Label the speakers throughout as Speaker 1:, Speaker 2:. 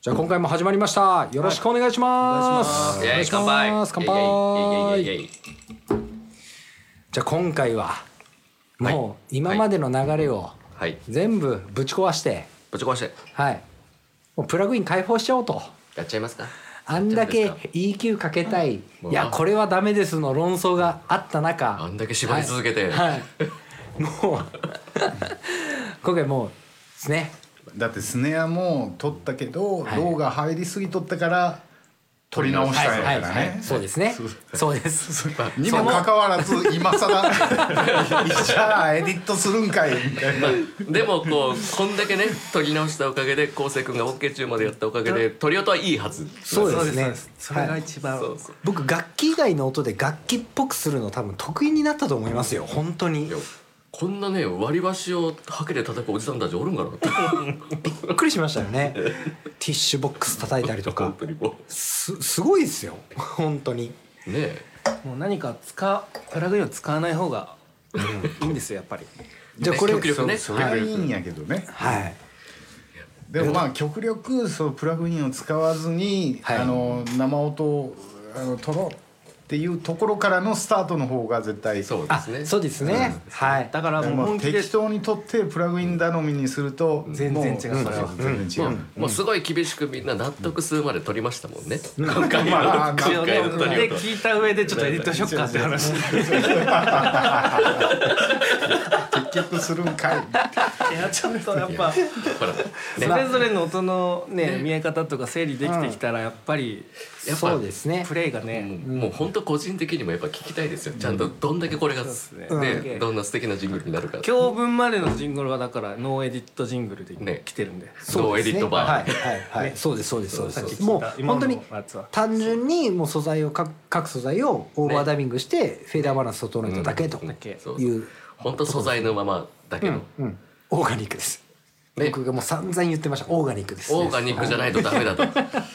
Speaker 1: じゃあ今回も始まりました。よろしくお願いします。
Speaker 2: イェイ乾
Speaker 1: お
Speaker 2: 杯
Speaker 1: 願いします乾
Speaker 2: イェイイェイイェイイェイ
Speaker 1: 杯。
Speaker 2: イェイ
Speaker 1: じゃあ今回はもう今までの流れを
Speaker 2: はい
Speaker 1: 全部ぶち壊して、
Speaker 2: ぶち壊して
Speaker 1: はい。もうプラグイン解放しちゃおうと。
Speaker 2: やっちゃいますか
Speaker 1: あんだけ
Speaker 2: やっちゃうんで
Speaker 1: EQ かけたい、
Speaker 2: うん
Speaker 1: いやこれはダメですの論争があった中
Speaker 2: あんだけ縛り続け
Speaker 1: は
Speaker 2: て
Speaker 1: いはいもう今回もうですね
Speaker 3: だってスネアも取ったけど、
Speaker 1: はい
Speaker 3: ローが入りすぎとったから取り直したんやから
Speaker 1: はいはい
Speaker 3: ね。
Speaker 1: そうですねそうです
Speaker 3: にもかかわらず今更 じゃあエディットするんかいみたいな。
Speaker 2: でもこうこんだけね取り直したおかげで昴生君が OK 中までやったおかげで取り音はいいはず
Speaker 1: そう
Speaker 2: す
Speaker 1: ですね
Speaker 4: それ
Speaker 1: は
Speaker 4: が
Speaker 1: い
Speaker 4: 一番、
Speaker 2: そうそう
Speaker 1: 僕楽器以外の音で楽器っぽくするの多分得意になったと思いますよ本当に
Speaker 2: いやこんなね割り箸をハケで叩くおじさんたちおるんかなって
Speaker 1: びっくりしましたよね ティッシュボックス叩いたりとか
Speaker 2: 本当にも
Speaker 1: すすごいですよ本当に
Speaker 2: うねえ
Speaker 4: もう何か使うプラグインを使わない方がいいんですよやっぱり
Speaker 1: じゃあこれ
Speaker 2: 極力ね
Speaker 3: それはいいんやけどね。
Speaker 1: はい
Speaker 3: でもまあ極力そのプラグインを使わずに、
Speaker 1: はい
Speaker 3: あの生音をあの取ろうっていうところからのスタートの方が絶対
Speaker 2: そうで
Speaker 1: あ
Speaker 2: すね
Speaker 1: そうですねはい
Speaker 4: だから
Speaker 3: だから
Speaker 4: もう
Speaker 3: もう
Speaker 4: 本気で
Speaker 3: 適当に取ってプラグイン頼みにすると
Speaker 4: 全然違うそれ
Speaker 3: も
Speaker 4: は
Speaker 3: 全然違う。
Speaker 2: もうすごい厳しくみんな納得するまで取りましたもんね、今回
Speaker 3: まあ
Speaker 2: の今
Speaker 4: 一応ね
Speaker 2: 回の取り
Speaker 4: で
Speaker 2: 音
Speaker 4: 聞いた上でちょっとエディットしよっかって話っ
Speaker 3: 結局するんかい。
Speaker 4: てやちょっとやっぱ
Speaker 2: ほら
Speaker 4: それぞれの音のね見え方とか整理できてきたらやっぱり
Speaker 2: やっぱ
Speaker 1: そうですね
Speaker 4: プレイがね
Speaker 2: もう本当個人的にもやっぱ聞きたいですよちゃんとどんだけこれが、
Speaker 4: そうですね
Speaker 2: ねどんな素敵なジングルになるか
Speaker 4: 今日分までのジングルはだからノーエディットジングルで
Speaker 2: ね
Speaker 4: 来てるんで、
Speaker 2: ノーエディット版、
Speaker 1: はいはいはい、そうですそうですそう
Speaker 4: さっき聞
Speaker 1: で
Speaker 4: い
Speaker 1: す
Speaker 4: た
Speaker 1: もう
Speaker 4: 今
Speaker 1: 本
Speaker 4: の
Speaker 1: 当に
Speaker 4: やつは
Speaker 1: 単純にもう素材を各各素材をオーバーダビングしてフェーダーバランス整えただけと
Speaker 2: うん
Speaker 1: い
Speaker 2: そう
Speaker 1: う、
Speaker 2: 本当素材のままだけど、
Speaker 1: うん、オーガニックです、
Speaker 2: ね
Speaker 1: 僕がもう散々言ってましたオーガニックです
Speaker 2: オーガニックじゃないとダメだと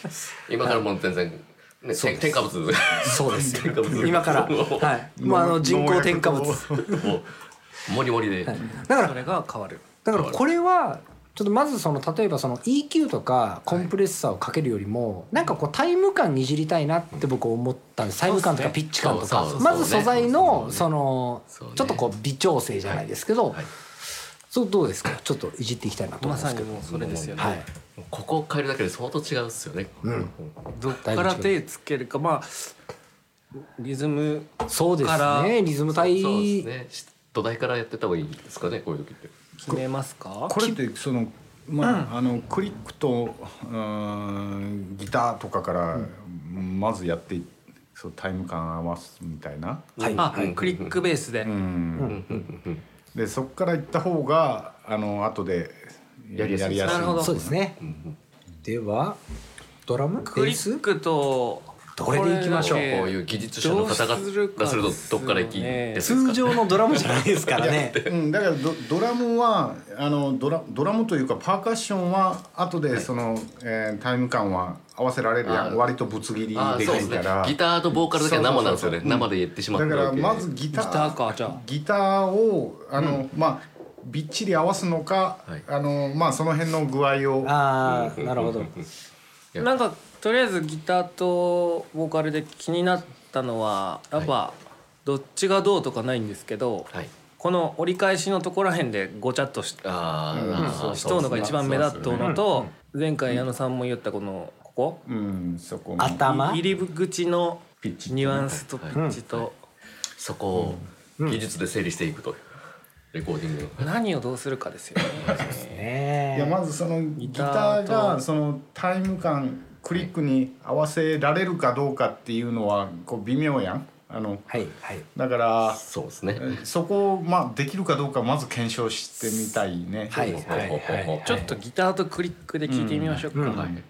Speaker 2: 今からもう全然、ね、
Speaker 1: そうで
Speaker 2: 添
Speaker 1: す
Speaker 2: 添加物
Speaker 1: そうです
Speaker 2: 添加物
Speaker 1: 今から
Speaker 2: も
Speaker 1: はいもうあの人工添加物
Speaker 3: 農
Speaker 1: だ
Speaker 3: 薬を
Speaker 2: うもりもりで、
Speaker 1: から
Speaker 4: それが変わる
Speaker 1: だからこれはちょっとまずその例えばその EQ とかコンプレッサーをかけるよりもなんかこうタイム感いじりたいなって僕思ったんですタイム感とか
Speaker 4: そうっす
Speaker 1: ピ
Speaker 4: ね
Speaker 1: ッチ感と
Speaker 2: そう
Speaker 1: か
Speaker 2: そうそう
Speaker 1: まず素材の
Speaker 2: そ
Speaker 1: その
Speaker 2: そうね
Speaker 1: ちょっとこう微調整じゃないですけど
Speaker 2: はい
Speaker 1: そうどうですかちょっといじっていきたいなと思
Speaker 4: ま
Speaker 1: うんです
Speaker 4: さ
Speaker 1: け
Speaker 4: に
Speaker 1: ど
Speaker 4: もうそれですよね、
Speaker 1: はい
Speaker 2: ここを変えるだけで相当違うっすよね、
Speaker 4: どっから手つけるかまあリズム
Speaker 1: そうです
Speaker 4: から
Speaker 1: ねリズム体
Speaker 2: そうですねし土台からやってた方がいいですかねこういう時って
Speaker 4: 決めますか
Speaker 3: これってそのまああのクリックとうーんギターとかからまずやっていそうタイム感合わすみたいな。
Speaker 1: はい
Speaker 4: あ、クリックベースで、
Speaker 3: うんでそこから行った方があの後で
Speaker 2: やりやすい
Speaker 4: なるほど
Speaker 1: そうですねではドラムベ
Speaker 4: クリ
Speaker 1: ース
Speaker 4: ックと
Speaker 1: どれでいきましょう
Speaker 2: こういう技術者の方が
Speaker 4: どうするか
Speaker 2: するとどっから行きですか
Speaker 1: 通常のドラムじゃないですからね
Speaker 3: うん、だからドドラムはあのドラドラムというかパーカッションは後でその、えータイム感は合わせられるや
Speaker 2: あー
Speaker 3: ん割とぶつ切り
Speaker 2: あー
Speaker 3: で
Speaker 2: そうで
Speaker 3: き
Speaker 2: す
Speaker 3: る
Speaker 2: ね
Speaker 3: から
Speaker 2: ギターとボーカルだけは生なんですよね
Speaker 3: そうそうそう
Speaker 2: 生で言ってしまっ
Speaker 3: だ
Speaker 2: て
Speaker 3: か
Speaker 2: るわ
Speaker 3: ら
Speaker 2: けで
Speaker 3: まずギター
Speaker 4: ギターかじゃあ
Speaker 3: ギターをあの、まあびっちり合わすのか、
Speaker 2: はい
Speaker 3: あのまあその辺の具合を
Speaker 1: ああなるほど
Speaker 2: や
Speaker 4: なんかとりあえずギターとボーカルで気になったのはやっぱどっちがどうとかないんですけど、
Speaker 2: はい
Speaker 4: この折り返しのところらへんでごちゃっとし
Speaker 2: あーあー
Speaker 4: し
Speaker 2: そ
Speaker 4: と
Speaker 2: う
Speaker 4: う
Speaker 2: で
Speaker 4: の
Speaker 2: す
Speaker 4: が
Speaker 2: ね
Speaker 4: 一番目立っとうのと、前回矢野さんも言ったこのここ
Speaker 3: うんそこの
Speaker 1: 頭
Speaker 4: 入り口のニュアンスとピッチと
Speaker 2: そこを技術で整理していくとレコーディングの
Speaker 4: 何をどうするかですよね。
Speaker 1: ね
Speaker 3: いやまずそのギターがそのタイム感クリックに合わせられるかどうかっていうのはこう微妙やんあの
Speaker 1: はいはい
Speaker 3: だから
Speaker 2: そうですね
Speaker 3: そこをまあできるかどうかまず検証してみたいね。
Speaker 1: はいはいはいはい
Speaker 4: ちょっとギターとクリックで聞いてみましょうか。
Speaker 2: はい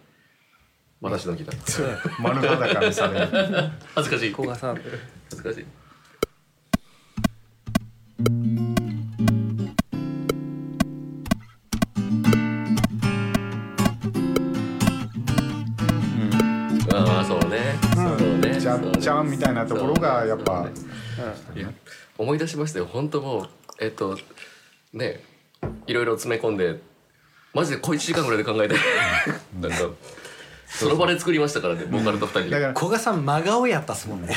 Speaker 2: 私のギター
Speaker 3: 丸裸にされる。
Speaker 2: 恥ずかしい
Speaker 4: 古賀さん
Speaker 2: 恥ずかしいああそうねそうね
Speaker 3: ちゃんちゃんみたいなところがやっぱ
Speaker 2: いや思い出しましたよ本当もうえっとねいろいろ詰め込んでマジで小1時間ぐらいで考えて なんかその場で作りましたからねボーカルと二人
Speaker 3: だ
Speaker 2: で
Speaker 3: からこ
Speaker 1: 古賀さん真顔やったっすもんね、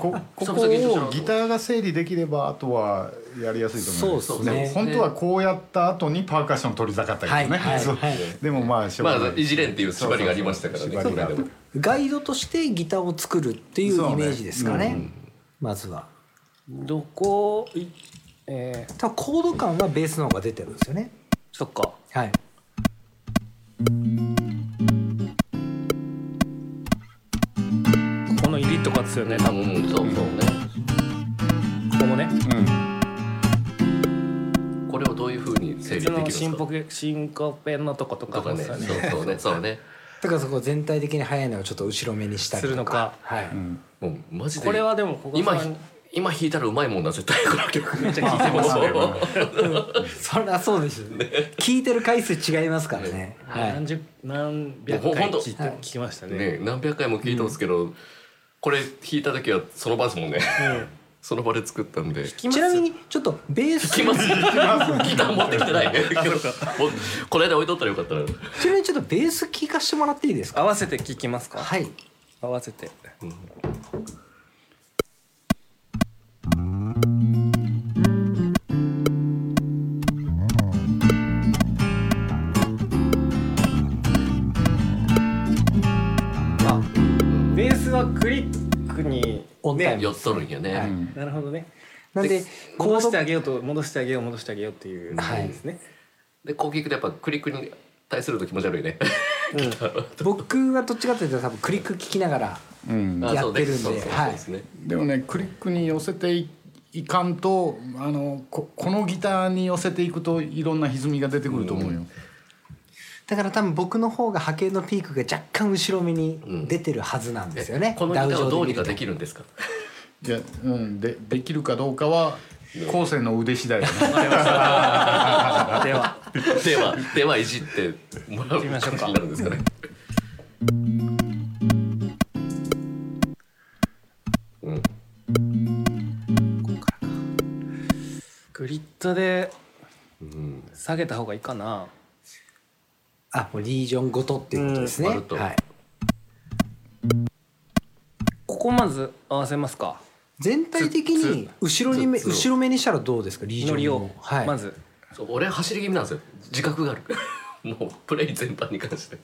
Speaker 3: こここ
Speaker 2: 久々緊張したな
Speaker 3: をギターが整理できればあとはやりやすいと思います
Speaker 1: そうっすね
Speaker 3: 本当はこうやった後にパーカッション取りたかったけどね、
Speaker 1: はいはい
Speaker 3: そう
Speaker 1: はい
Speaker 3: でもまあしょうがない、
Speaker 2: まあいじれんっていう縛りがありましたからね
Speaker 3: そうそうそう縛りがある
Speaker 2: これでも
Speaker 1: ガイドとしてギターを作るっていうイメージですかね
Speaker 3: そうね
Speaker 1: まずは
Speaker 4: どこいえー、
Speaker 1: 多分コード感はベースの方が出てるんですよね
Speaker 4: そっか
Speaker 1: はい
Speaker 4: この入りとかですよね多分
Speaker 2: うんそうそうね
Speaker 4: ここもね
Speaker 3: うん
Speaker 2: これをどういう風に整理でき
Speaker 4: そ
Speaker 2: るん
Speaker 4: の
Speaker 2: です
Speaker 4: シン
Speaker 2: か
Speaker 4: ポケシンコペンのとことか
Speaker 2: とかねそ
Speaker 4: そ
Speaker 2: うう
Speaker 4: ですよね
Speaker 2: そうねそうね
Speaker 1: だからそこ全体的に速いのをちょっと後ろ目にしたりと
Speaker 4: するのか
Speaker 1: はい、
Speaker 3: うん
Speaker 2: もうマジで
Speaker 4: これはでも古賀
Speaker 2: 今
Speaker 4: さん
Speaker 2: 今弾いたらうまいもんな絶対この曲めっちゃ聴いても
Speaker 3: まあまあまあ
Speaker 1: そりゃそうですよね聞いてる回数違いますからねはい
Speaker 4: 何十何百
Speaker 2: ほ
Speaker 4: 回
Speaker 2: んと
Speaker 4: 聞いた聞きましたね
Speaker 2: ね何百回も聴いたんですけど、これ弾いた時はその場ですもんねその場で作ったんで
Speaker 1: ちなみにちょっとベース
Speaker 2: 来ますギター持ってきてないねもうこの間置いとったらよかったら
Speaker 1: ちなみにちょっとベース聞かしてもらっていいですか
Speaker 4: 合わせて聞きますか
Speaker 1: はい
Speaker 4: 合わせてあベースはクリックに
Speaker 1: オンタイム
Speaker 2: 寄っとるんやね、
Speaker 1: はい
Speaker 3: うん
Speaker 4: なるほどね
Speaker 1: なんでコ
Speaker 4: 戻
Speaker 1: ー
Speaker 4: して
Speaker 1: ド
Speaker 4: あげようと戻してあげよう戻してあげようっていう
Speaker 1: はい
Speaker 4: 感じですね、
Speaker 2: でこう聞くとやっぱクリックに対すると気持ち悪いね
Speaker 1: 僕はどっちかというと多分クリック聞きながら
Speaker 3: うん
Speaker 2: あそう
Speaker 1: やってるんで
Speaker 2: そうそうそう
Speaker 1: はい
Speaker 2: ですね
Speaker 3: でもねクリックに寄せていいかんとあのここのギターに寄せていくといろんな歪みが出てくると思うよ、
Speaker 1: だから多分僕の方が波形のピークが若干後ろ目に出てるはずなんですよね、
Speaker 2: このギターをどうにかで
Speaker 1: る
Speaker 2: きるんですか
Speaker 3: いやうん、でできるかどうかは後世の腕次第だね
Speaker 4: では
Speaker 2: ではではいじってもらう感じになるんですかねうん
Speaker 4: グリッドで
Speaker 2: うん
Speaker 4: 下げた方がいいかな
Speaker 1: あもうリージョンごとっていうことですね、
Speaker 2: うん割ると
Speaker 1: はい
Speaker 4: ここまず合わせますか
Speaker 1: 全体的に後ろに目
Speaker 2: つつを
Speaker 1: 後ろ目にしたらどうですかリージ
Speaker 4: ノリ
Speaker 1: ョン
Speaker 4: を
Speaker 1: のはい
Speaker 4: まず
Speaker 2: そう俺走り気味なんですよ自覚があるもうプレイ全般に関して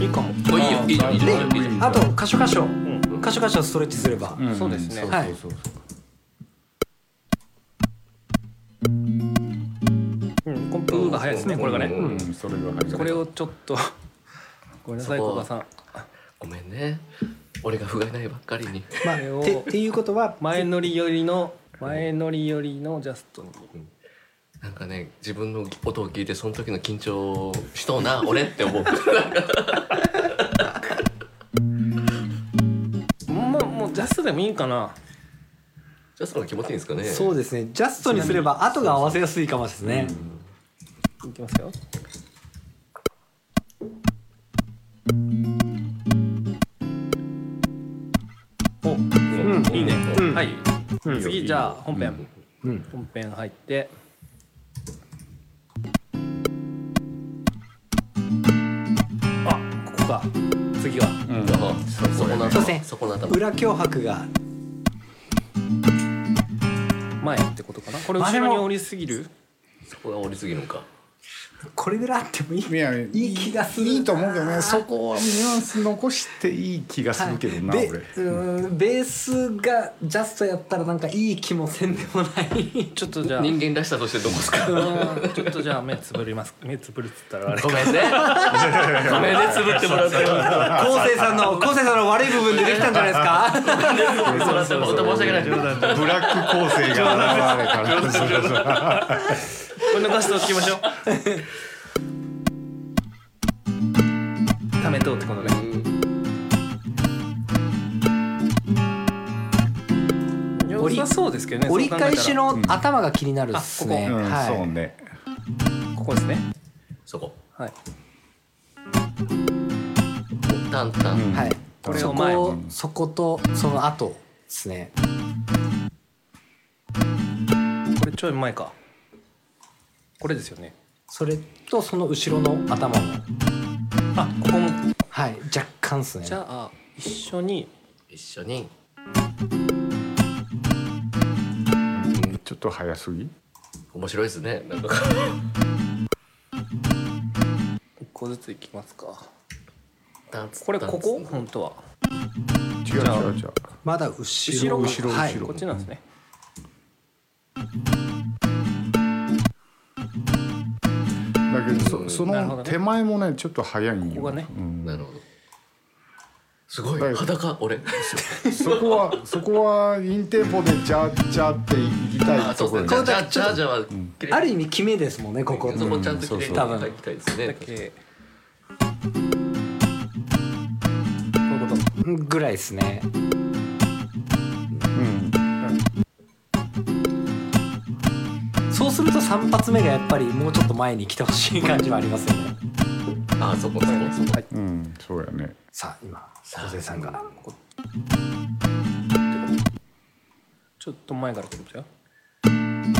Speaker 4: いいかも
Speaker 2: おいいよいいよいいよいいよいいよ
Speaker 1: あと箇所箇所
Speaker 4: ん
Speaker 1: 箇所箇所ストレッチすれば、
Speaker 3: ん
Speaker 4: そうですね
Speaker 3: そう
Speaker 1: はい
Speaker 3: そうそう
Speaker 4: うんコンプが早いですねこれがね
Speaker 2: うん
Speaker 3: うんそれが入る
Speaker 4: これをちょっとごめんなさい
Speaker 2: そこ
Speaker 4: 古賀さん
Speaker 2: ごめんね俺が不甲斐ないばっかりに
Speaker 1: まあ
Speaker 4: これを
Speaker 1: てっていうことは
Speaker 4: 前乗り寄りの前乗り寄りのジャストに
Speaker 2: なんかね自分の音を聞いてその時の緊張しとうな俺って思う
Speaker 4: まあもうジャストでもいいかな
Speaker 2: じゃあその気持ちいいんですかね
Speaker 1: そうですねジャストにすれば後が合わせやすいかもしれないですね、
Speaker 4: いきますよお
Speaker 2: うん
Speaker 4: いいね
Speaker 1: うん
Speaker 4: はい
Speaker 1: うん
Speaker 4: 次じゃあ本編
Speaker 1: うん
Speaker 4: 本編入ってあここか次は
Speaker 3: うん
Speaker 2: あそそこの
Speaker 1: そうで
Speaker 2: 頭
Speaker 1: すね
Speaker 2: そこの頭
Speaker 1: 裏脅迫が
Speaker 4: 前ってことかなこれ
Speaker 1: まあ
Speaker 4: 後
Speaker 1: でも
Speaker 4: ろに降りすぎる
Speaker 2: そこが折りすぎるのか
Speaker 1: これぐらいあってもいい
Speaker 3: いやい
Speaker 1: いい気がする
Speaker 3: いいと思うけどねそこはニュアンス残していい気がするけどな、
Speaker 1: で
Speaker 3: 俺
Speaker 1: うんベースがジャストやったらなんかいい気もせんでもない
Speaker 4: ちょっとじゃあ
Speaker 2: 人間らしさとしてどうですかご
Speaker 4: うん ちょっとじゃあ目つぶります目つぶるっつったらあれ
Speaker 2: めんねごめんねつぶってもらっても
Speaker 1: 昴生さん の昴生さんの悪い部分でできたんじゃないですか
Speaker 2: らっても本当申し訳ない
Speaker 3: ブラック構成が現れたら
Speaker 4: これ逃しておきましょうためとうってことね良
Speaker 1: 折り
Speaker 4: さそうですけどね
Speaker 1: 折り返し
Speaker 4: そう考
Speaker 1: の頭が気になるっすね、
Speaker 3: うん、そう
Speaker 1: は
Speaker 3: ね
Speaker 4: えたらここですね
Speaker 2: そこ
Speaker 4: はい
Speaker 2: タンタン、
Speaker 1: い、はい、
Speaker 4: これ
Speaker 1: そ
Speaker 4: を前
Speaker 1: こそことその後ですね
Speaker 4: これちょい前かこれですよね
Speaker 1: それとその後ろの頭も
Speaker 4: あここも
Speaker 1: はい若干っすね
Speaker 4: じゃあ一緒に
Speaker 2: 一緒に
Speaker 3: うんちょっと早すぎ
Speaker 2: 面白いですねなんか
Speaker 4: 一個ずついきますか
Speaker 2: ダンス
Speaker 4: これこ
Speaker 2: ダ
Speaker 4: こ
Speaker 2: ンス
Speaker 4: 本当は
Speaker 3: 違う違う違う
Speaker 1: まだ後
Speaker 4: 後
Speaker 1: ろ
Speaker 4: ろ
Speaker 3: 後ろ
Speaker 1: はい
Speaker 3: 後ろ
Speaker 4: こっちなんですね
Speaker 3: だけどそそ
Speaker 4: なるほど
Speaker 3: の
Speaker 4: ね
Speaker 3: 手前もねちょっと早いんよ
Speaker 4: ここがね
Speaker 3: うん
Speaker 2: なるほどすご
Speaker 3: だい
Speaker 2: い
Speaker 3: ぶ
Speaker 2: 裸俺
Speaker 3: そこはそこはインテンポでジャージャーっていき た
Speaker 2: あ
Speaker 3: い
Speaker 2: そ
Speaker 3: とこ
Speaker 2: う
Speaker 3: ろ
Speaker 2: ですね
Speaker 3: ね
Speaker 2: じゃあじゃあじゃあは綺麗に
Speaker 1: ある意味決めですもんねここ
Speaker 2: そこちゃんと
Speaker 1: そ
Speaker 2: 綺麗に
Speaker 3: うん
Speaker 1: うそう
Speaker 2: 叩きたいですね
Speaker 4: だけこういうこと
Speaker 1: ぐらいですね
Speaker 3: うん
Speaker 1: そうすると3発目がやっぱりもうちょっと前に来てほしい感じはありますよね
Speaker 2: あそこそこそこ
Speaker 3: うんそうやね
Speaker 1: さあ今小瀬さんが
Speaker 4: ちょっと前から来るじゃん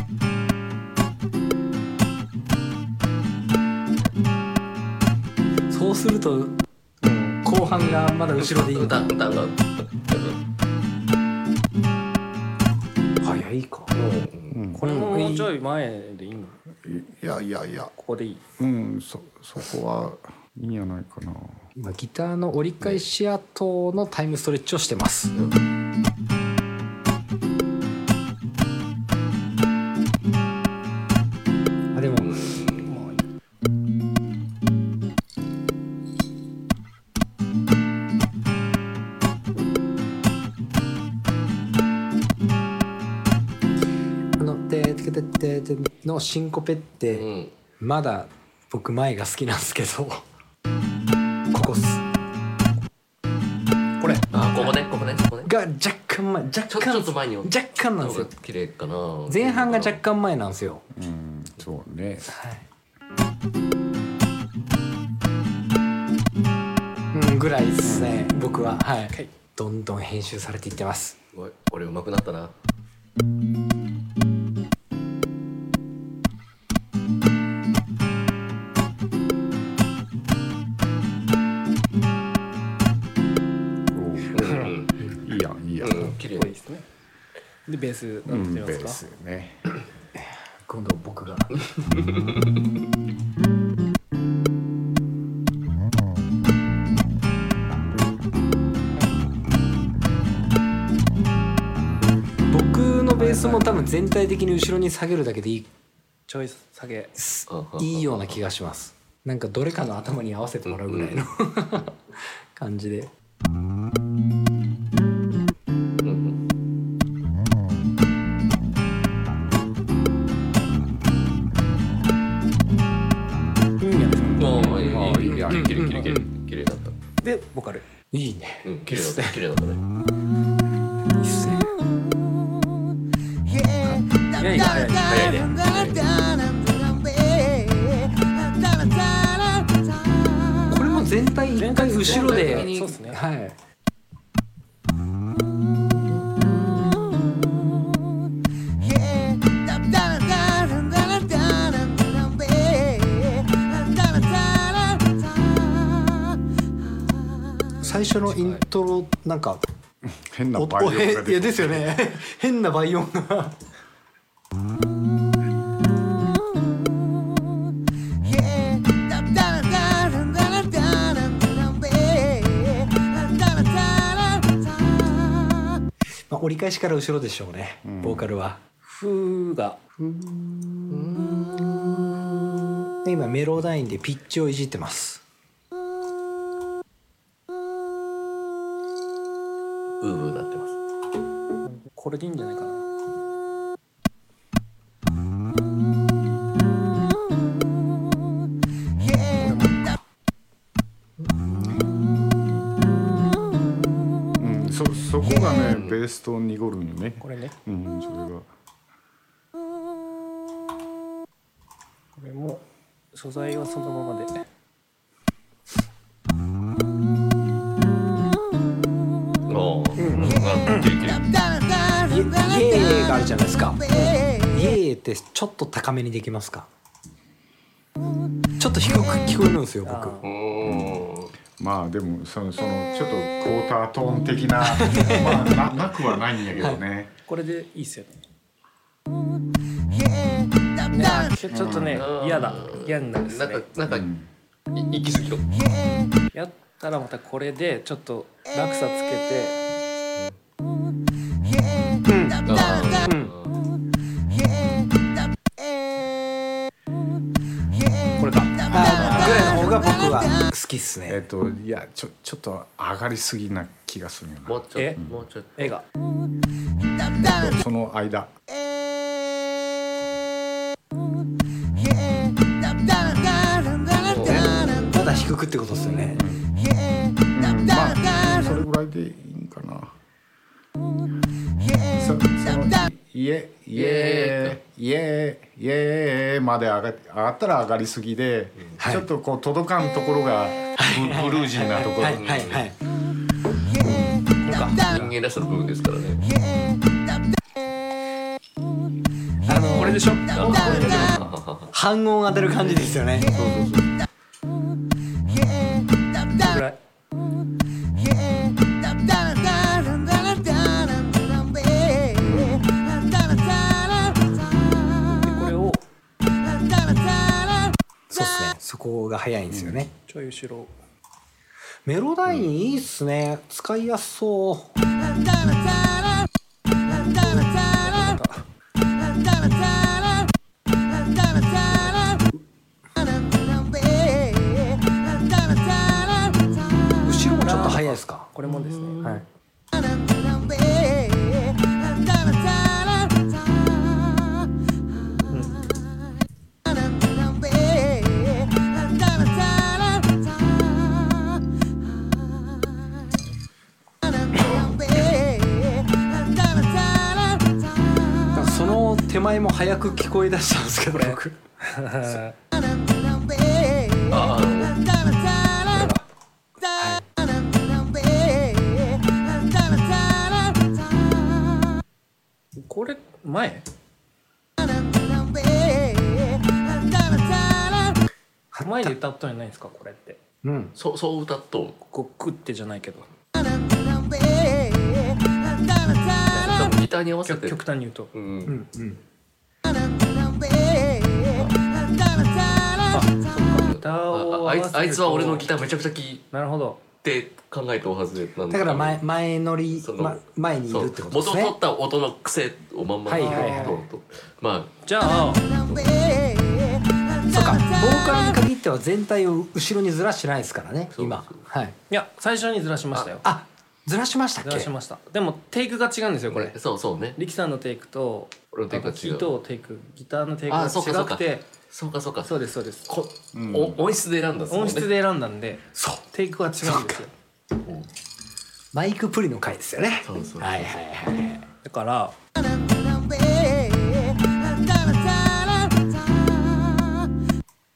Speaker 1: そうすると後半がまだ後ろでいいんだ
Speaker 2: 歌歌が
Speaker 1: 早いか
Speaker 2: うん
Speaker 4: これももうちょい前でいいの
Speaker 3: いやいやいや
Speaker 4: ここでいい
Speaker 3: うんそそこはいいんじゃないかな
Speaker 1: 今ギターの折り返し後のタイムストレッチをしてます、あでもあの「ててててて」のシンコペって、
Speaker 2: うん
Speaker 1: まだ僕前が好きなんですけどここっす
Speaker 4: これ
Speaker 2: あここねここねここね
Speaker 1: が若干前若干
Speaker 2: ちょちょっと前に
Speaker 1: 若干なんですよ
Speaker 2: 方が綺麗かな
Speaker 1: 前半が若干前なんですよ
Speaker 3: うんそうね
Speaker 1: うんぐらいですね僕ははい
Speaker 4: はい
Speaker 1: どんどん編集されていってます
Speaker 2: すごい俺上手くなったなうん
Speaker 3: いいやんいいやん
Speaker 2: うんうん綺麗
Speaker 4: これいいですねでベース
Speaker 3: う
Speaker 4: なんん
Speaker 3: ベ
Speaker 4: て言い
Speaker 3: ー
Speaker 4: ます
Speaker 3: ス
Speaker 4: か、
Speaker 3: ね
Speaker 1: 今度僕が僕のベースも多分全体的に後ろに下げるだけでいい
Speaker 4: ちょい下げ
Speaker 1: いいような気がしますなんかどれかの頭に合わせてもらうぐらいの感じで
Speaker 2: うんうんああ
Speaker 4: いいんやね
Speaker 2: いい
Speaker 3: ああいいや
Speaker 2: いい綺麗綺麗綺麗綺麗だった
Speaker 4: でボカル
Speaker 1: いいね
Speaker 2: うん綺麗だった綺麗だったね
Speaker 1: これも全体一回後ろで
Speaker 4: 全体的にそうっすね
Speaker 1: はい最初のイントロなんか
Speaker 3: 変な
Speaker 1: お
Speaker 3: バイオ
Speaker 1: おへ
Speaker 3: が
Speaker 1: いや
Speaker 3: 出
Speaker 1: で
Speaker 3: て
Speaker 1: すよね変な倍音がまあ、折り返しから後ろでしょうね、ボーカルは。
Speaker 4: フーが
Speaker 1: で今メロダインでピッチをいじってます。
Speaker 2: ブーブーなってます
Speaker 4: これでいいんじゃないかな
Speaker 3: うんそそこがねベースと濁るんよね
Speaker 4: これね
Speaker 3: うんそれが
Speaker 4: これも素材はそのままで
Speaker 2: ああ、うん、綺麗綺麗
Speaker 1: イエーイがあるじゃないですか。イエーイてちょっと高めにできますかちょっと低く聞こえるんですよ僕
Speaker 4: あ
Speaker 2: うーん
Speaker 3: まあでもそのそのちょっとクォータートーン的なまあななくはないんやけどね、
Speaker 4: これでいいっすよねちょちょっとね嫌だ嫌になるっす
Speaker 2: なん
Speaker 4: ね
Speaker 2: かなんか、
Speaker 3: うん
Speaker 2: い息づきの
Speaker 4: やったらまたこれでちょっと落差つけ
Speaker 2: あ
Speaker 4: て、うん、これか
Speaker 1: あーぐらいの方が僕は好きっす
Speaker 3: えっ
Speaker 1: ね
Speaker 3: といやちょちょっと上がりすぎな気がするよ
Speaker 2: も
Speaker 3: な
Speaker 2: うちょっ
Speaker 4: え
Speaker 2: ともうちょっと
Speaker 4: 絵が
Speaker 3: その間
Speaker 1: ただ低くってことっすよね
Speaker 3: うんまあそれぐらいでいいんかな。そそのいえいえいえいえまで上が上がったら上がりすぎで、
Speaker 1: はい
Speaker 3: ちょっとこう届かんところがブブルージーなところ、
Speaker 1: はいはいはい
Speaker 2: 人間らしさの部分ですからね
Speaker 1: あのこれでしょ
Speaker 2: あ
Speaker 1: 半音当てる感じですよね
Speaker 4: これぐらいこれを
Speaker 1: そうっすねそこが早いんですよね、
Speaker 4: ちょい後ろ
Speaker 1: メロダインいいっすね使いやすそう後ろもちょっと早いですか
Speaker 4: これもですね
Speaker 1: はいなんかその手前も早く聞こえ出したんですけど僕
Speaker 2: ああの
Speaker 4: これ前前で歌ったんじゃないんですかこれって
Speaker 1: うん
Speaker 2: そうそう歌っと
Speaker 4: こうグッてじゃないけど
Speaker 2: 多分ギターに合わせ
Speaker 4: 極
Speaker 2: て
Speaker 4: 極端に言うと
Speaker 2: うん、
Speaker 1: うんうん
Speaker 2: ギ
Speaker 4: ターを合わ
Speaker 2: あ
Speaker 4: せ
Speaker 2: い
Speaker 4: る
Speaker 2: つ
Speaker 4: と
Speaker 2: あいつは俺のギターめちゃくちゃ聴い
Speaker 4: なるほど
Speaker 2: て考えたはずなん
Speaker 1: だから前前乗り、
Speaker 2: その
Speaker 1: ま、前にいるってことです
Speaker 2: そう元取
Speaker 1: ね
Speaker 2: った音の癖をまんま
Speaker 1: はいはいはい
Speaker 2: どんどんまあ
Speaker 4: じゃあ
Speaker 1: そうかボーカルに限っては全体を後ろにずらしてないですからね
Speaker 2: そう
Speaker 1: 今
Speaker 2: そう
Speaker 1: はい
Speaker 4: いや最初にずらしましたよ
Speaker 1: あずらしましたっ
Speaker 4: ずらし
Speaker 1: け
Speaker 4: ましたでもテイクが違うんですよこれ
Speaker 2: そうそうね
Speaker 4: リキさんのテイクと
Speaker 2: 俺のテイクが違う
Speaker 4: あのキートテイクギターのテイクが
Speaker 2: あそうかそ
Speaker 4: 違
Speaker 2: うか
Speaker 4: くて
Speaker 2: そうかそうか
Speaker 4: そうですそうです
Speaker 2: こ、お音質で選んだんすもん
Speaker 4: 音
Speaker 2: ね
Speaker 4: 質で選んだんで
Speaker 1: そう
Speaker 4: テイクが違うんですよ
Speaker 1: マイクプリの回ですよね
Speaker 2: そうそう
Speaker 1: はいはいはい
Speaker 4: だから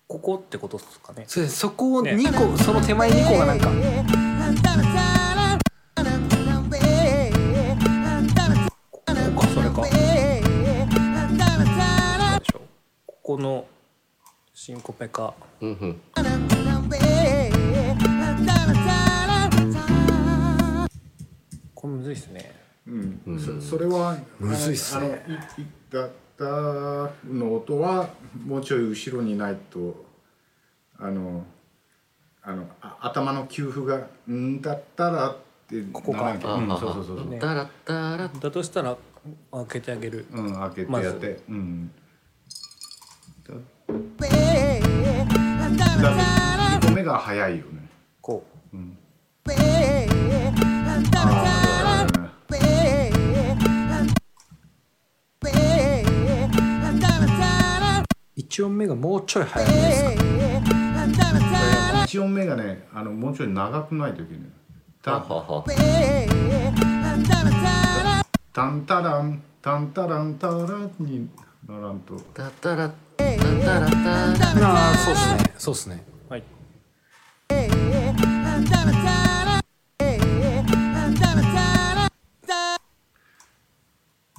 Speaker 4: ここってことですかね
Speaker 1: それでそこを
Speaker 4: ね
Speaker 1: 2個、その手前2個がなんか
Speaker 4: ここかそれかでしょここのシンコペか
Speaker 2: うんうん
Speaker 4: これむずいっすね
Speaker 3: うん
Speaker 2: うん
Speaker 3: そそれは
Speaker 1: むずいっすね
Speaker 3: あのいいだったの音はもうちょい後ろにないとあのあのあ頭の給付が「んだったら」ってこ
Speaker 4: こか
Speaker 3: うん、そうそうそうそう、
Speaker 2: だらだら
Speaker 4: だとしたら開けてあげる
Speaker 3: うん、開けて
Speaker 4: まず
Speaker 3: やって、うんだだ2個目が早いよね
Speaker 4: こ
Speaker 3: ああ
Speaker 1: 1音目がもうちょい早くないですか
Speaker 3: 1音目がねあのもうちょい長くないといけない
Speaker 2: は
Speaker 3: た
Speaker 2: はは
Speaker 3: タンタランタンタランタラにならんと
Speaker 2: だだらだだらだら
Speaker 1: ああそうっすねそうっすね
Speaker 4: うはい
Speaker 3: だ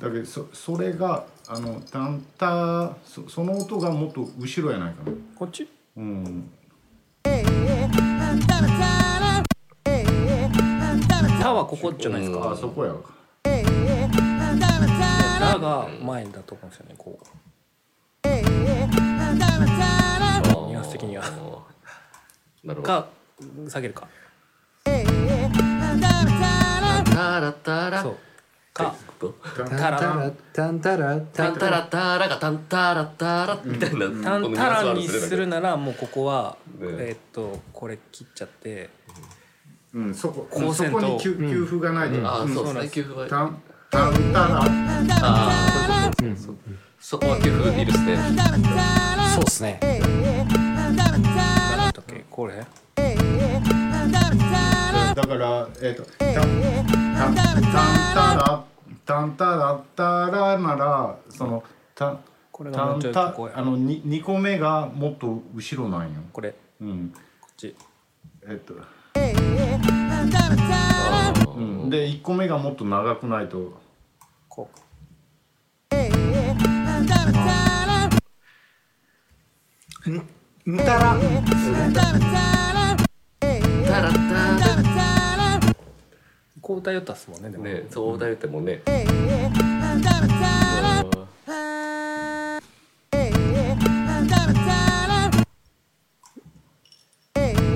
Speaker 3: だけどそそれがあのタンタそその音がもっと後ろやないかな
Speaker 4: こっち
Speaker 3: うん
Speaker 4: 「タ」はここじゃないですか
Speaker 3: あそこやわ
Speaker 4: 「タ」が前だと思うんですよねこうニュアンス的には
Speaker 2: なるほど
Speaker 4: か下げるか
Speaker 2: タラタラ
Speaker 4: そうか
Speaker 2: と
Speaker 1: タンタラタンタラタ
Speaker 2: タ
Speaker 1: ン
Speaker 2: ン
Speaker 1: タラ
Speaker 2: タラタラがタンタラタラみたいな
Speaker 4: 「タンタラ」にする
Speaker 2: な
Speaker 4: ならもうここは
Speaker 2: ね
Speaker 4: えーっとこれ切っちゃって
Speaker 3: うんそこ
Speaker 4: 高
Speaker 3: そ
Speaker 4: 線
Speaker 3: こ
Speaker 4: と
Speaker 3: に給給付がないと、
Speaker 2: あ
Speaker 3: うん
Speaker 2: そう
Speaker 4: そうなん
Speaker 2: 最
Speaker 4: です
Speaker 2: 給付
Speaker 3: タ
Speaker 2: は
Speaker 3: ンタンタラ
Speaker 2: あーそうそうそうそうそこは給付いいですね
Speaker 1: そうっすね
Speaker 4: なんだっけこれ
Speaker 3: だからえっ、とタンタンタンタラタンタラタラならそのタン
Speaker 4: これが
Speaker 3: タ
Speaker 4: もう
Speaker 3: ン
Speaker 4: ちょい
Speaker 3: タ
Speaker 4: ここへ
Speaker 3: あのに二個目がもっと後ろなんよ
Speaker 4: これ
Speaker 3: うん
Speaker 4: こっち
Speaker 3: えっ、と
Speaker 2: あー
Speaker 3: うんで一個目がもっと長くないと
Speaker 4: こう
Speaker 1: んたら
Speaker 2: タラタ
Speaker 4: こう歌いよったっすもんねで
Speaker 2: ラ
Speaker 4: も
Speaker 2: ねそうだよってもね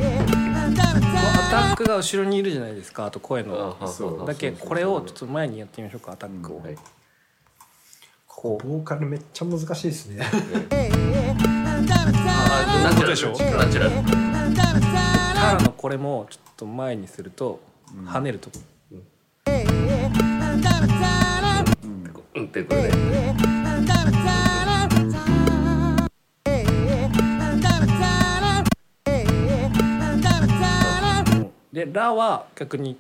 Speaker 4: アタックが後ろにいるじゃないですかあと声の
Speaker 3: そう
Speaker 4: だけ
Speaker 3: そうそうそう
Speaker 4: これをちょっと前にやってみましょうかアタックを、
Speaker 2: はい
Speaker 1: こうボーカルめっちゃ難しいですね
Speaker 2: あナチュラル
Speaker 4: でしょ
Speaker 2: ナチュラル
Speaker 4: タラのこれもちょっと前にすると跳ねると、
Speaker 2: うんってことで
Speaker 4: でラは逆に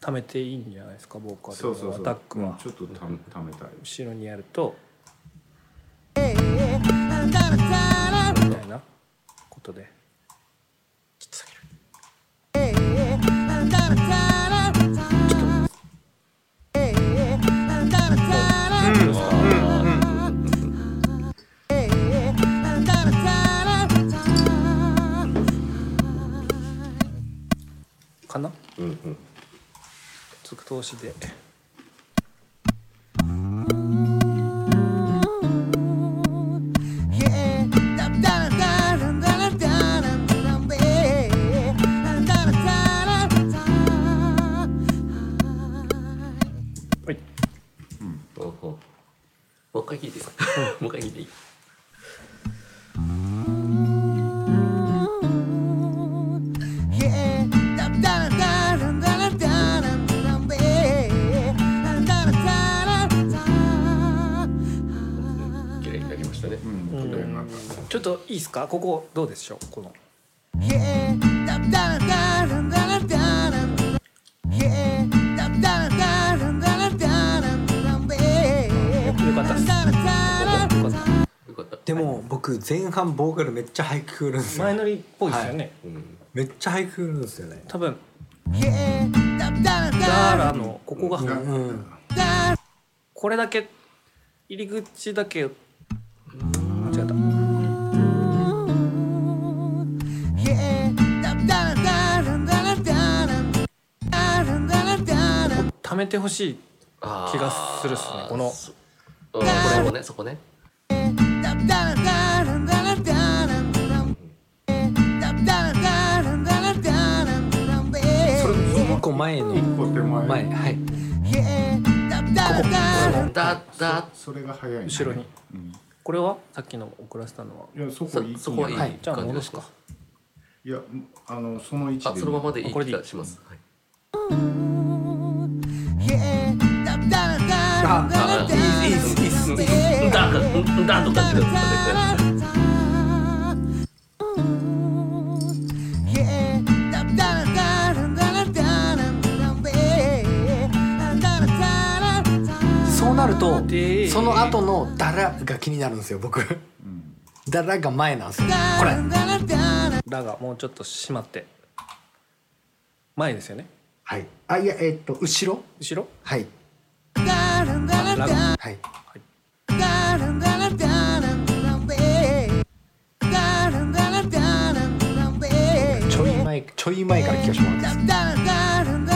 Speaker 4: 溜めていいんじゃないですかボーカルの
Speaker 3: そうそうそう
Speaker 4: アタックは、
Speaker 3: うんちょっとたためたい
Speaker 4: 後ろにやるとみたいなことでかな
Speaker 2: うんうん
Speaker 4: 続投資ではい
Speaker 2: おうおうもう一回聞いていいですかもう一回聞いていい綺麗になりましたね
Speaker 3: うんこれなんか
Speaker 4: ちょっといいですかここどうでしょうこのよよかったっすよかった
Speaker 2: よかった
Speaker 1: でも僕前半ボーカルめっちゃ早くくるんですよ
Speaker 4: 前乗りっぽいですよね、
Speaker 2: うん
Speaker 1: めっちゃ早くくるんですよね
Speaker 4: 多分ダーラのここが、
Speaker 1: うん
Speaker 4: これだけ入り口だけ間違えた貯めてほしい
Speaker 2: あー
Speaker 4: 気がするっすねこの
Speaker 2: そうんこれもねそこね
Speaker 1: それ一個前の
Speaker 3: 一個手前
Speaker 1: 前はい
Speaker 2: だだ
Speaker 3: それが早いね
Speaker 4: 後ろに
Speaker 3: うん
Speaker 4: これはさっきの遅らせたのはい
Speaker 3: やそこ
Speaker 2: そ
Speaker 3: いい
Speaker 2: そこはいい
Speaker 1: は
Speaker 2: 感
Speaker 1: い
Speaker 4: じゃあ
Speaker 2: じ
Speaker 4: 戻
Speaker 2: が
Speaker 4: す
Speaker 2: し
Speaker 4: か
Speaker 2: ます
Speaker 3: いやあのその位置
Speaker 2: あ
Speaker 3: でいい
Speaker 2: そのままでいい
Speaker 4: あこれで
Speaker 2: 気
Speaker 4: いい
Speaker 2: がしますはい
Speaker 1: あいいいいっすいいっす
Speaker 2: うんだうんだとかってやつ
Speaker 1: そうなると
Speaker 4: で
Speaker 1: その後の「ダラ」が気になるんですよ僕
Speaker 3: うん
Speaker 1: 「ダラ」が前なんですよこれ
Speaker 4: ラがもうちょっと締まって前ですよね
Speaker 1: はいあいやえっと後ろ
Speaker 4: 後ろ
Speaker 1: はいラグはいちょい前ちょい前から聞かせてもらってます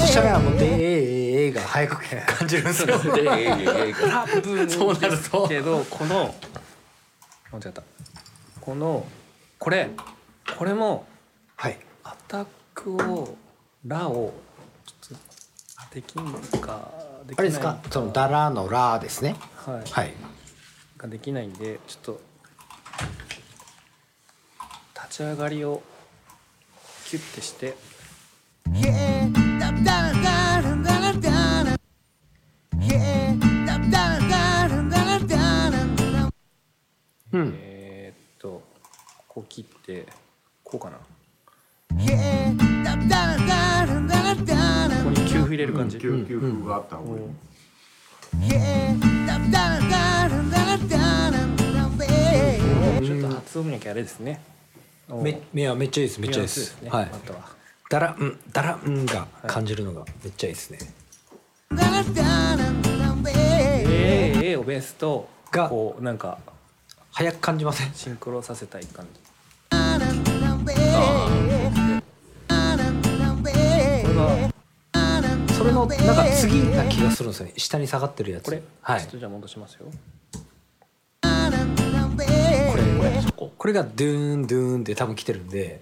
Speaker 1: そしたらもう「でーえーえーが早く感じるんですよ
Speaker 2: で、ええええ
Speaker 4: 多分
Speaker 2: そうなると
Speaker 4: けどこの間違ったこのこれこれも
Speaker 1: はい
Speaker 4: アタックをラをちょっとできんかでき
Speaker 1: あ
Speaker 4: な
Speaker 1: れで
Speaker 4: い
Speaker 1: すかその「だら」の「ら」ですね
Speaker 4: はい、
Speaker 1: はい
Speaker 4: ができないんでちょっと立ち上がりをキュッてして
Speaker 1: うん
Speaker 4: えーっとこう切ってこうかなここに給付入れる感じ、
Speaker 3: 救急風があった方がいい、
Speaker 4: ちょっと発音にきゃあれですね
Speaker 1: めいやめっちゃいいですめっちゃいいです
Speaker 4: ね、
Speaker 1: はい
Speaker 4: あとは
Speaker 1: だらうんだらうんが感じるのがめっちゃいいですね
Speaker 4: えー、えーをベースと
Speaker 1: が
Speaker 4: こうなんか
Speaker 1: 早く感じません
Speaker 4: シンクロさせたい感じこれが
Speaker 1: それのなんか次な気がするんですよね下に下がってるやつ
Speaker 4: これ、
Speaker 1: はい
Speaker 4: ちょっとじゃあ戻しますよ
Speaker 1: これこれ
Speaker 2: そこ
Speaker 1: これがドゥーンドゥーンって多分来てるんで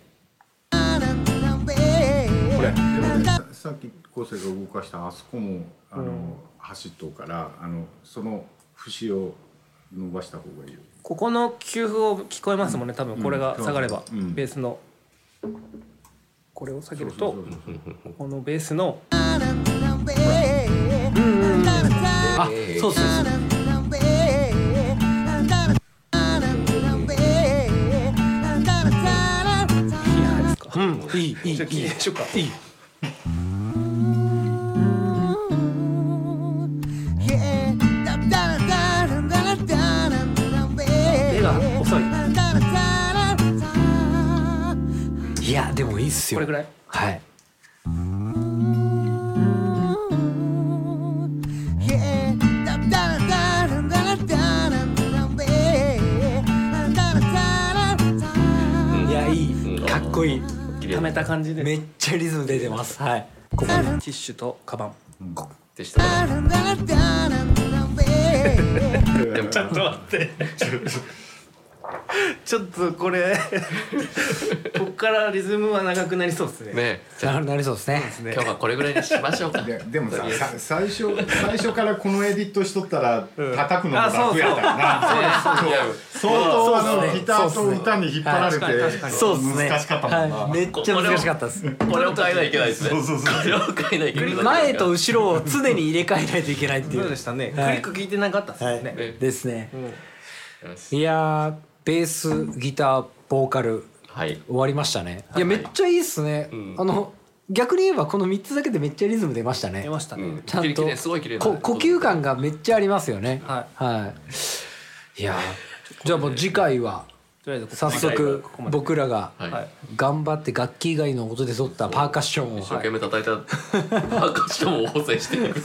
Speaker 3: これでもねささっき昴生が動かしたあそこもあの、走っとうからあのその節を伸ばした方がいいよ
Speaker 4: ここの給付を聞こえますもんね多分これが下がれば、
Speaker 3: うん
Speaker 4: ベースのこれを下げると
Speaker 3: そうそうそう
Speaker 4: このベースの
Speaker 1: あそうそうそう
Speaker 4: いいじゃないですか、
Speaker 1: うんいいいいいいいい
Speaker 4: しょうか手が遅い
Speaker 1: いやでもいいっすよ
Speaker 4: これぐらい
Speaker 1: はいいやいいかっこいい
Speaker 2: 切れ
Speaker 4: 溜めた感じで
Speaker 1: め
Speaker 4: テ
Speaker 1: っちゃリズム出てますはいここ
Speaker 4: ィッシュとカバン
Speaker 2: てしたらでもちょっと待って
Speaker 4: ちょっとこ れこっからリズムは長くなりそうですね
Speaker 2: ねじゃ
Speaker 1: なるなりそうですね
Speaker 2: あ今日はこれぐらいにしましょうか
Speaker 3: ででもささ最初最初からこのエディットしとったら叩くのも楽やったらな、
Speaker 2: いや
Speaker 3: 相当
Speaker 1: そうっ
Speaker 3: あ
Speaker 1: す
Speaker 3: の
Speaker 1: ね
Speaker 3: ギターと歌に引っ張られて、
Speaker 4: はい確かに
Speaker 1: そうですね
Speaker 3: 難しかったもんな、
Speaker 1: はい、めっちゃ難しかったです
Speaker 2: これを変えないといけないですね
Speaker 3: そうそうそう
Speaker 2: これを変えないといけない
Speaker 1: 前と後ろを常に入れ替えないといけないってい
Speaker 4: そう
Speaker 1: う
Speaker 4: でしたね、
Speaker 1: はい
Speaker 4: クリック聞いてなかったですよね、
Speaker 1: はい、ですね、
Speaker 2: よし
Speaker 1: いやーベースギターボーカル
Speaker 2: はい
Speaker 1: 終わりましたねいや
Speaker 2: は
Speaker 1: め
Speaker 2: い
Speaker 1: っちゃいいっすね、
Speaker 2: ん
Speaker 1: あの逆に言えばこの3つだけでめっちゃリズム出ましたね
Speaker 4: 出ましたね、
Speaker 2: うん
Speaker 1: ちゃん
Speaker 2: 綺
Speaker 1: と
Speaker 2: 麗すごい綺麗だ
Speaker 1: こ
Speaker 2: ね
Speaker 1: 呼吸感がめっちゃありますよね、
Speaker 4: はい
Speaker 1: い、やーじゃあもう次回は
Speaker 4: とりあえずここ
Speaker 1: 早速僕らが
Speaker 2: はい、
Speaker 4: はい
Speaker 1: 頑張って楽器以外の音で取ったパーカッション
Speaker 2: 一生
Speaker 1: を
Speaker 2: 懸命叩いた 証を補正していく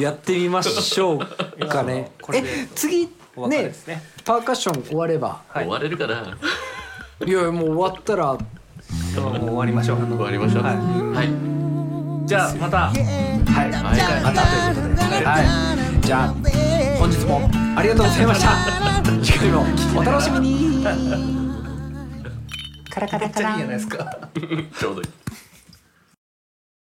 Speaker 1: やってみましょうかね
Speaker 4: これで
Speaker 1: え次
Speaker 4: お別れ
Speaker 1: ね
Speaker 4: ですね
Speaker 1: パーカッション終われば
Speaker 4: はい
Speaker 2: 終われるかない
Speaker 1: やいやもう終わったら
Speaker 4: 今日はもう終わりましょう
Speaker 2: 終わりましょう
Speaker 4: はい
Speaker 2: はい、
Speaker 4: じゃあまた
Speaker 1: はい、
Speaker 2: はい
Speaker 1: またということで、はい、じゃあ本日もありがとうございました。次回もお楽しみに。カラカラカラ。
Speaker 4: ないですか
Speaker 2: ちょうどいい